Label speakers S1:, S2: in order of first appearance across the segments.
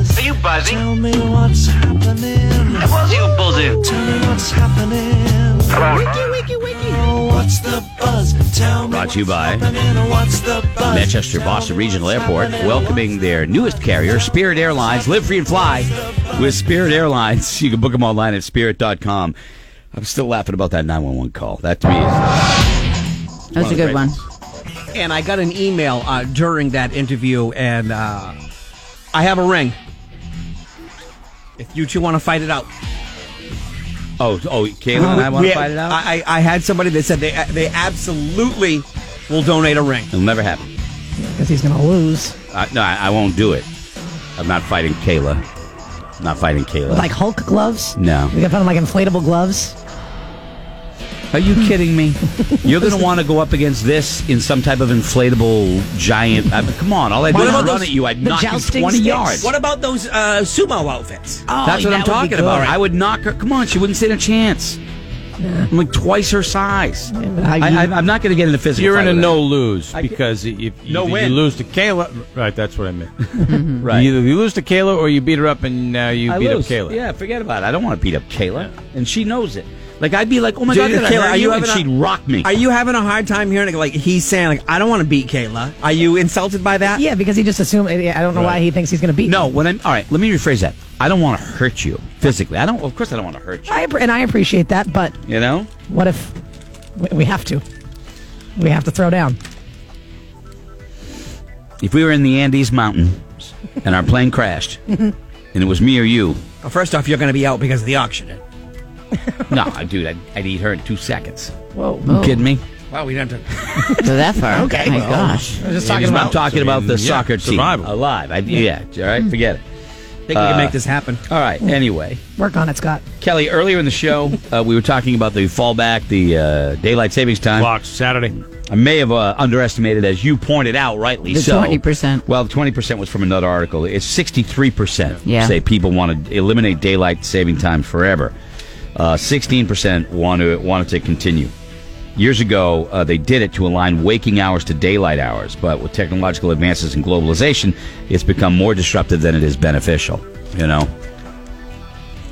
S1: advertising.
S2: Tell me what's happening.
S1: It was you buzzing.
S2: Tell me what's happening.
S1: Hello.
S2: Oh, what's the buzz? Tell me
S3: Brought to you
S2: what's
S3: by
S2: happening. What's the buzz?
S3: Manchester Boston Regional Airport welcoming their newest carrier, Spirit Airlines. Live free and fly with Spirit Airlines. You can book them online at spirit.com. I'm still laughing about that 911 call. That to me is
S4: That was a good one.
S5: And I got an email uh, during that interview, and uh, I have a ring. If you two want to fight it out,
S3: Oh, oh, Kayla and I want
S5: We-
S3: to fight it out?
S5: I, I I had somebody that said they uh, they absolutely will donate a ring.
S3: It'll never happen.
S6: Because he's going to lose.
S3: I, no, I, I won't do it. I'm not fighting Kayla. I'm not fighting Kayla.
S6: Like Hulk gloves?
S3: No.
S6: We got put on like inflatable gloves.
S3: Are you kidding me? You're going to want to go up against this in some type of inflatable giant. I mean, come on, all I do
S5: What
S3: is
S5: about
S3: run
S5: those-
S3: at you. I'd
S6: the
S3: knock you
S6: jousting
S3: 20
S6: sticks?
S3: yards.
S5: What about those uh, sumo outfits? Oh,
S3: That's what I'm talking about. I would knock her. Come on, she wouldn't stand a chance. I'm like twice her size. I, I, I'm not going to get into physical.
S7: You're in
S3: fight
S7: a
S3: with
S7: no
S3: her.
S7: lose because if
S3: No
S7: you,
S3: win.
S7: you lose to Kayla, right? That's what I meant.
S3: Right.
S7: Either you lose to Kayla or you beat her up, and now you
S3: I
S7: beat
S3: lose.
S7: up Kayla.
S3: Yeah, forget about it. I don't want to beat up Kayla, and she knows it. Like I'd be like, oh my
S5: Dude,
S3: god, did I
S5: Kayla,
S3: hurt
S5: are you
S3: you? And
S5: having a-
S3: she'd rock me.
S5: Are you having a hard time hearing it? Like he's saying, like I don't want to beat Kayla. Are you insulted by that?
S6: Yeah, because he just assumed. I don't know why he thinks he's going to beat.
S3: no,
S6: me.
S3: when I'm all right. Let me rephrase that. I don't want to hurt you physically. I don't. Of course, I don't want to hurt you.
S6: I appre- and I appreciate that, but
S3: You know.
S6: what if we- we have to? We have to throw down.
S3: If we were in the Andes Mountains and our plane crashed, and it was me or you,
S5: Well, First off, you're going to be out because of the auction.
S3: no, dude, I'd, I'd eat her in two seconds.
S6: Whoa!
S3: You kidding me?
S5: Wow, we don't have to.
S4: Go that far.
S6: Okay,
S4: My
S6: well,
S4: gosh.
S6: I was just talking
S3: I'm
S6: about.
S3: talking
S7: I mean,
S3: about the
S7: yeah,
S3: soccer team
S7: survival.
S3: alive. I, yeah. all right, forget it.
S5: Think we can
S3: Uh,
S5: make this happen.
S3: All right. Anyway,
S6: Work on it, Scott.
S3: Kelly. Earlier in the show, uh, we were talking about the fallback, the uh, daylight savings time.
S7: Clocks Saturday.
S3: I may have uh, underestimated, as you pointed out, rightly
S4: The
S3: so.
S4: 20%.
S3: Well, twenty percent was from another article. It's sixty-three percent
S4: Yeah.
S3: say people want to eliminate daylight saving time forever. Uh, Sixteen percent want to want it to continue. Years ago, uh, they did it to align waking hours to daylight hours, but with technological advances and globalization, it's become more disruptive than it is beneficial. You know.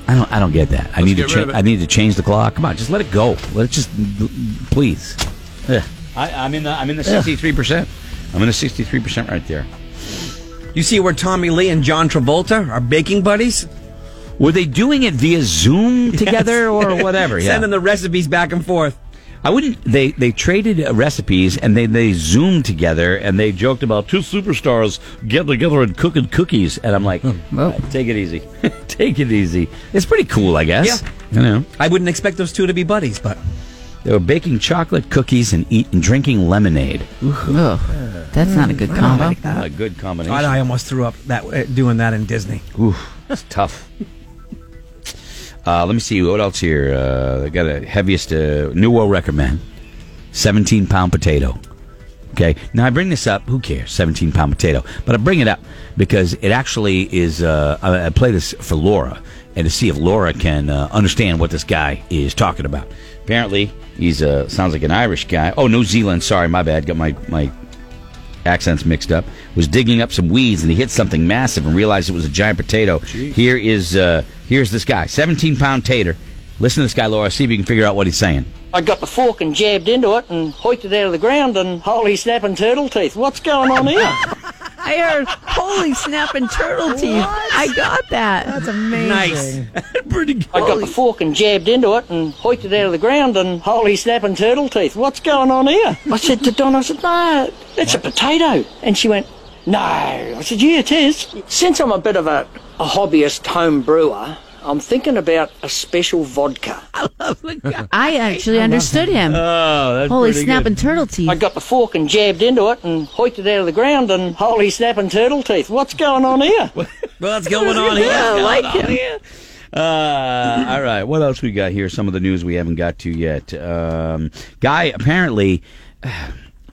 S3: I don't. I don't get that. I need to.
S7: get rid of
S3: Cha-
S7: it.
S3: I need to change the clock. Come on, just let it go. Let it just, please. Ugh. I, I'm in the. I'm in the sixty-three percent. I'm in the sixty-three percent right there.
S5: You see where Tommy Lee and John Travolta are baking buddies?
S3: Were they doing it via Zoom together or whatever? yeah.
S5: Sending the recipes back and forth.
S3: I wouldn't. They they traded uh, recipes and they they zoomed together and they joked about two superstars getting together and cooking cookies. And I'm like,
S5: Hmm.
S3: "All right, take it easy, take it easy. It's pretty cool, I guess. You know,
S5: I wouldn't expect those two to be buddies, but
S3: they were baking chocolate cookies and eat and drinking lemonade.
S4: Ugh. That's not a good
S6: Hmm,
S4: combo.
S3: a good combination.
S5: God, Ah. I almost threw up that uh, doing that in Disney.
S3: Oof, it's tough. Uh, let me see what else here. Uh, I got a heaviest uh, new world record, man. Seventeen pound potato. Okay. Now I bring this up. Who cares? Seventeen pound potato. But I bring it up because it actually is. Uh, I, I play this for Laura and to see if Laura can uh, understand what this guy is talking about. Apparently, he's uh, sounds like an Irish guy. Oh, New Zealand. Sorry, my bad. Got my my accents mixed up, was digging up some weeds and he hit something massive and realized it was a giant potato. Here is uh, here's this guy, 17 pound tater. Listen to this guy, Laura. See if you can figure out what he's saying.
S8: I got the fork and jabbed into it and hoiked it out of the ground and holy snapping turtle teeth. What's going on here?
S4: I heard, holy snap and turtle teeth. I got that. That's amazing.
S5: Nice. Pretty good.
S8: I got the fork and jabbed into it and hoiked it out of the ground and holy snapping turtle teeth. What's going on here? I said to Don, I said, no, it's a potato. And she went, no. I said, yeah, it is. Since I'm a bit of a, a hobbyist home brewer, I'm thinking about a special vodka.
S4: I actually understood him.
S3: Oh, that's
S4: holy snap and turtle teeth.
S8: I got the fork and jabbed into it and hoiked it out of the ground and holy snapping turtle teeth. What's going on here?
S5: What's going on here?
S4: I like him.
S3: Uh, all right. What else we got here? Some of the news we haven't got to yet. Um, guy apparently,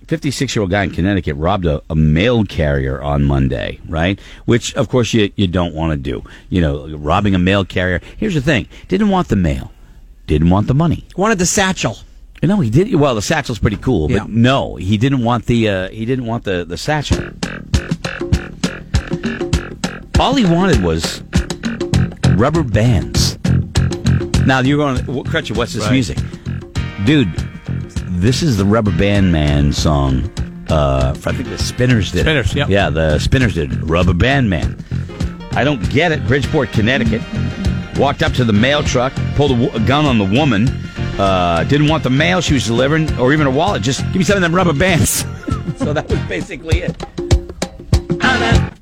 S3: 56 year old guy in Connecticut robbed a, a mail carrier on Monday, right? Which, of course, you, you don't want to do. You know, robbing a mail carrier. Here's the thing didn't want the mail, didn't want the money.
S5: Wanted the satchel.
S3: No, he did. Well, the satchel's pretty cool, but
S5: Yeah.
S3: no, he didn't want the uh, he didn't want the the satchel. All he wanted was rubber bands. Now you're going, well, Crutcher, what's this
S7: Right.
S3: music? Dude, this is the Rubber Band Man song. Uh, I think the Spinners did. it.
S7: Spinners, yep.
S3: Yeah, the Spinners did Rubber Band Man. I don't get it. Bridgeport, Connecticut. Walked up to the mail truck, pulled a, wo- a gun on the woman. Uh, didn't want the mail she was delivering or even a wallet. Just give me some of them rubber bands. so that was basically it.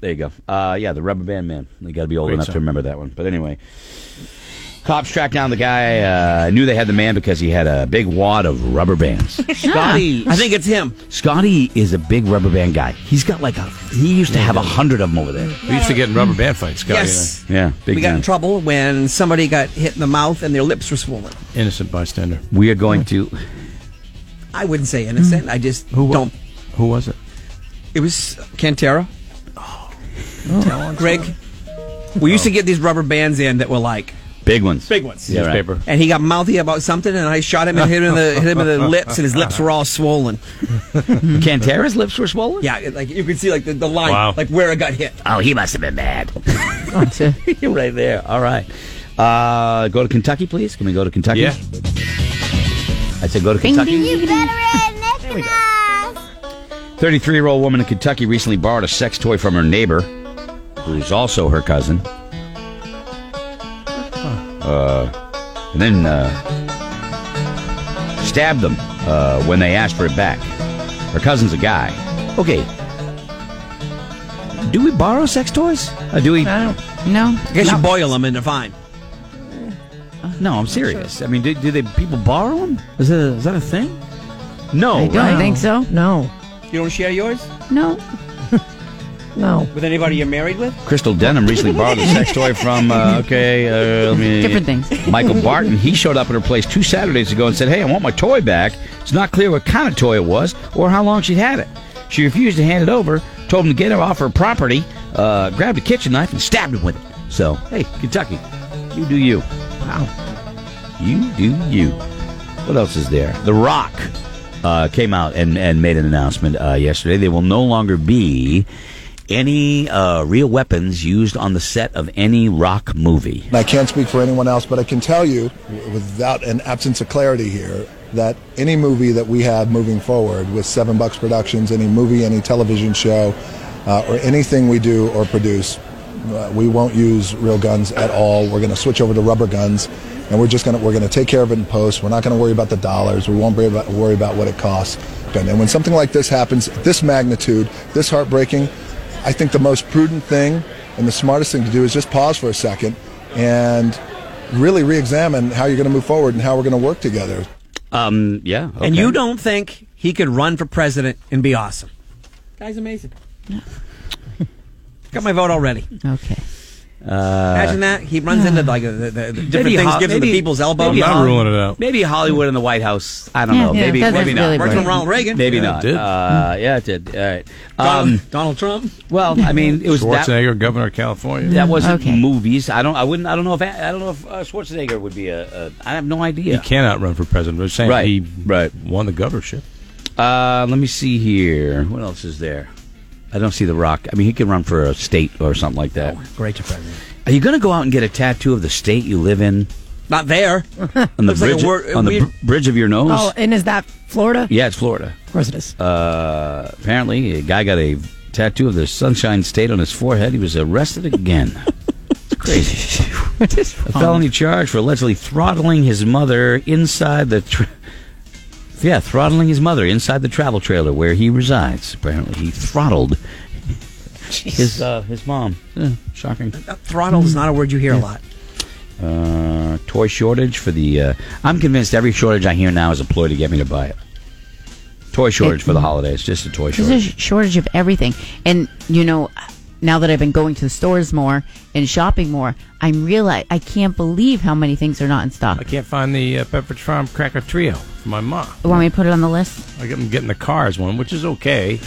S3: There you go. Uh, yeah, the Rubber Band Man. You got to be old
S7: Great
S3: enough
S7: song.
S3: to remember that one. But anyway, cops tracked down the guy. Uh, knew they had the man because he had a big wad of rubber bands.
S5: Scotty, I think it's him.
S3: Scotty is a big rubber band guy. He's got like a. He used to have a hundred of them over there.
S7: We used to get in rubber band fights, Scotty.
S5: Yes.
S3: Yeah, big
S5: we got in
S3: time.
S5: trouble when somebody got hit in the mouth and their lips were swollen.
S7: and I- Innocent bystander.
S3: We are going to.
S5: I wouldn't say innocent. I just don't.
S7: Who was it?
S5: It was Cantera. Oh. Greg. We used to get these rubber bands in that were like,
S3: Big ones.
S5: Big ones.
S3: Yeah, right.
S7: Newspaper.
S5: and he got mouthy about something, and I shot him and hit him in the hit him in the lips, and his lips were all swollen.
S3: Cantera's lips were swollen?
S5: Yeah, it- like you could see like the, the line,
S7: Wow.
S5: like where it got hit.
S3: Oh, he must have been mad.
S4: Oh, That's it.
S3: right there. All right. Uh, go to Kentucky, please. Can we go to Kentucky?
S7: Yeah.
S3: I said go to Kentucky.
S1: You better add Nicholas.
S3: 33 year old woman in Kentucky recently borrowed a sex toy from her neighbor, who's also her cousin. Uh, and then uh, stabbed them uh, when they asked for it back. Her cousin's a guy. Okay. Do we borrow sex toys? Uh, do we?
S4: I don't know.
S5: I guess you boil them and they're fine.
S3: No, I'm serious. I mean, do, do they people borrow them?
S7: Is, it, is that a thing?
S3: No,
S4: I don't
S3: right?
S4: think so.
S6: No,
S5: You don't share yours
S4: No.
S6: no.
S5: with anybody you're married with.
S3: Crystal Denham recently borrowed a sex toy from, uh, okay, uh, let me-
S4: Different things.
S3: Michael Barton, he showed up at her place two Saturdays ago and said, Hey, I want my toy back. It's not clear what kind of toy it was or how long she'd had it. She refused to hand it over, told him to get her off her property, uh, grabbed a kitchen knife, and stabbed him with it. So, hey, Kentucky, you do you. Wow. You do you. What else is there? The Rock uh, came out and, and made an announcement uh, yesterday. There will no longer be any uh, real weapons used on the set of any Rock movie.
S9: And I can't speak for anyone else, but I can tell you, w- without an absence of clarity here, that any movie that we have moving forward with Seven Bucks Productions, any movie, any television show, uh, or anything we do or produce, uh, we won't use real guns at all. We're going to switch over to rubber guns, and we're just going to we're going to take care of it in post. We're not going to worry about the dollars. We won't worry about, worry about what it costs. And when something like this happens, this magnitude, this heartbreaking, I think the most prudent thing and the smartest thing to do is just pause for a second and really re-examine how you're going to move forward and how we're going to work together.
S3: Um, yeah.
S5: And
S3: okay.
S5: you don't think he could run for president and be awesome? Guy's amazing. Got my vote already.
S4: Okay.
S5: Imagine that he runs into like the, the, the different
S3: Uh, Maybe
S5: things,
S3: Ho-
S5: gives him the
S3: maybe-
S5: people's elbow.
S3: maybe
S7: I'm
S3: Ho-
S7: ruling it out.
S3: Maybe Hollywood and the White House. I don't
S4: Yeah,
S3: know.
S4: yeah,
S3: maybe
S4: it doesn't
S3: maybe not.
S4: really
S5: Worked with
S4: work.
S5: Ronald Reagan.
S3: Maybe
S7: Yeah, it
S3: not.
S7: did. Mm-hmm.
S3: Uh, yeah, it did. All right.
S5: Donald,
S3: Um,
S5: Donald Trump.
S3: well, I mean, it was that,
S7: Schwarzenegger, governor of California.
S3: that wasn't
S4: Okay.
S3: movies. I don't. I wouldn't. I don't know if. I don't know if uh, Schwarzenegger would be a. a I have no idea.
S7: He cannot run for president. We're saying
S3: Right,
S7: he
S3: right.
S7: won the governorship.
S3: Uh, let me see here. What else is there? I don't see The Rock. I mean, he could run for a state or something like that.
S5: Oh, Great to president.
S3: Are you going to go out and get a tattoo of the state you live in
S5: Not there.
S3: on the
S5: Looks like a
S3: bridge
S5: word-
S3: on the
S5: weird-
S3: br- bridge of your nose?
S6: Oh, and is that Florida?
S3: yeah, it's Florida.
S6: Of course it is.
S3: Uh, apparently, a guy got a tattoo of the Sunshine State on his forehead. He was arrested again. it's crazy.
S4: What is
S3: A
S4: wrong?
S3: felony charge for allegedly throttling his mother inside the. Tra- yeah, throttling his mother inside the travel trailer where he resides. Apparently, he throttled his uh, his mom. Yeah, shocking.
S5: Throttle is not a word you hear a lot.
S3: Uh, toy shortage for the. Uh, I'm convinced every shortage I hear now is a ploy to get me to buy it. Toy shortage for the holidays. Just a toy
S4: There's a
S3: shortage.
S4: sh- shortage of everything. And, you know, now that I've been going to the stores more and shopping more, I'm realize I can't believe how many things are not in stock.
S7: I can't find the uh, Pepperidge Farm Cracker Trio for my mom.
S4: You want me to put it on the list?
S7: I get- I'm getting the cars one, which is okay.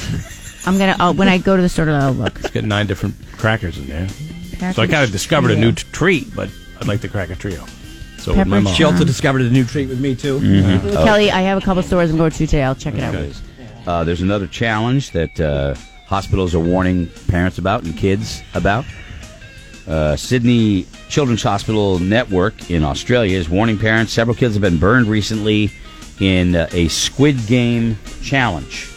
S4: I'm gonna. Oh, when I go to the store, I'll look.
S7: It's got nine different crackers in there. So I kind of discovered a new t- treat, but I'd like the Cracker Trio. So with my
S4: Pepperidge
S7: mom.
S5: She
S3: Uh-huh.
S5: also
S4: Um,
S5: discovered a new treat with me too.
S3: Mm-hmm.
S4: Kelly, I have a couple stores I'm going to today. I'll check it out.
S7: Oh. Okay.
S3: Uh, there's another challenge that uh, hospitals are warning parents about and kids about. Uh, Sydney Children's Hospital Network in Australia is warning parents several kids have been burned recently in uh, a Squid Game challenge.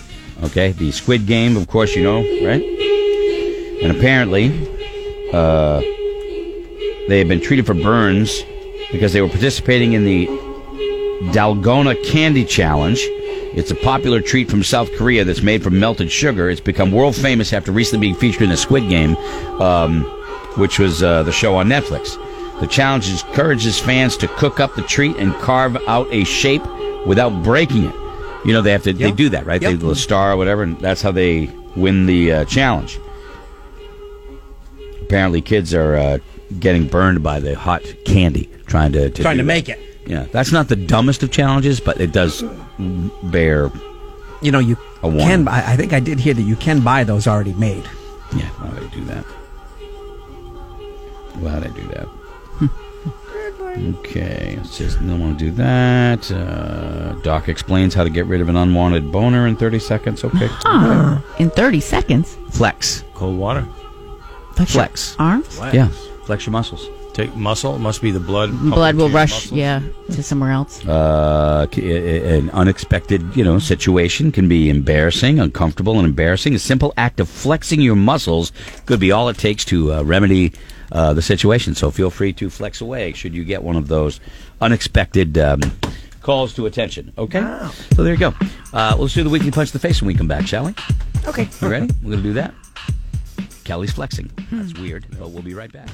S3: Okay, the Squid Game, of course, you know, right? And apparently, uh, they had been treated for burns because they were participating in the Dalgona Candy Challenge. It's a popular treat from South Korea that's made from melted sugar. It's become world famous after recently being featured in the Squid Game, um, which was uh, the show on Netflix. The challenge encourages fans to cook up the treat and carve out a shape without breaking it. You know, they have to, they do that, right? They do a star or whatever, and that's how they win the uh, challenge apparently kids are uh, getting burned by the hot candy trying to, to
S5: Trying
S3: do that.
S5: to make it.
S3: yeah that's not the dumbest of challenges but it does bear
S5: You know, you
S3: A warning.
S5: can. Buy, I think I did hear that you can buy those already made.
S3: yeah why would i do that why would i do that okay it says don't want to do that uh, doc explains how to get rid of an unwanted boner in 30 seconds okay
S4: Huh. In 30 seconds.
S3: flex
S7: Cold water.
S4: Flex. your
S3: Flex.
S4: Arms?
S3: yeah flex your muscles
S7: Take muscle. Must be the blood.
S4: Blood
S7: pumping
S4: will
S7: to your
S4: rush,
S7: muscles.
S4: yeah, to somewhere else.
S3: uh, c- i- i- an unexpected, you know, situation can be embarrassing, uncomfortable, and embarrassing. A simple act of flexing your muscles could be all it takes to uh, remedy uh, the situation. So feel free to flex away should you get one of those unexpected um, calls to attention. Okay, so there you go. Uh, let's do the weekly punch in the face when we come back, shall we? Okay, you ready? We're gonna do that. Kelly's flexing. That's weird, but we'll be right back.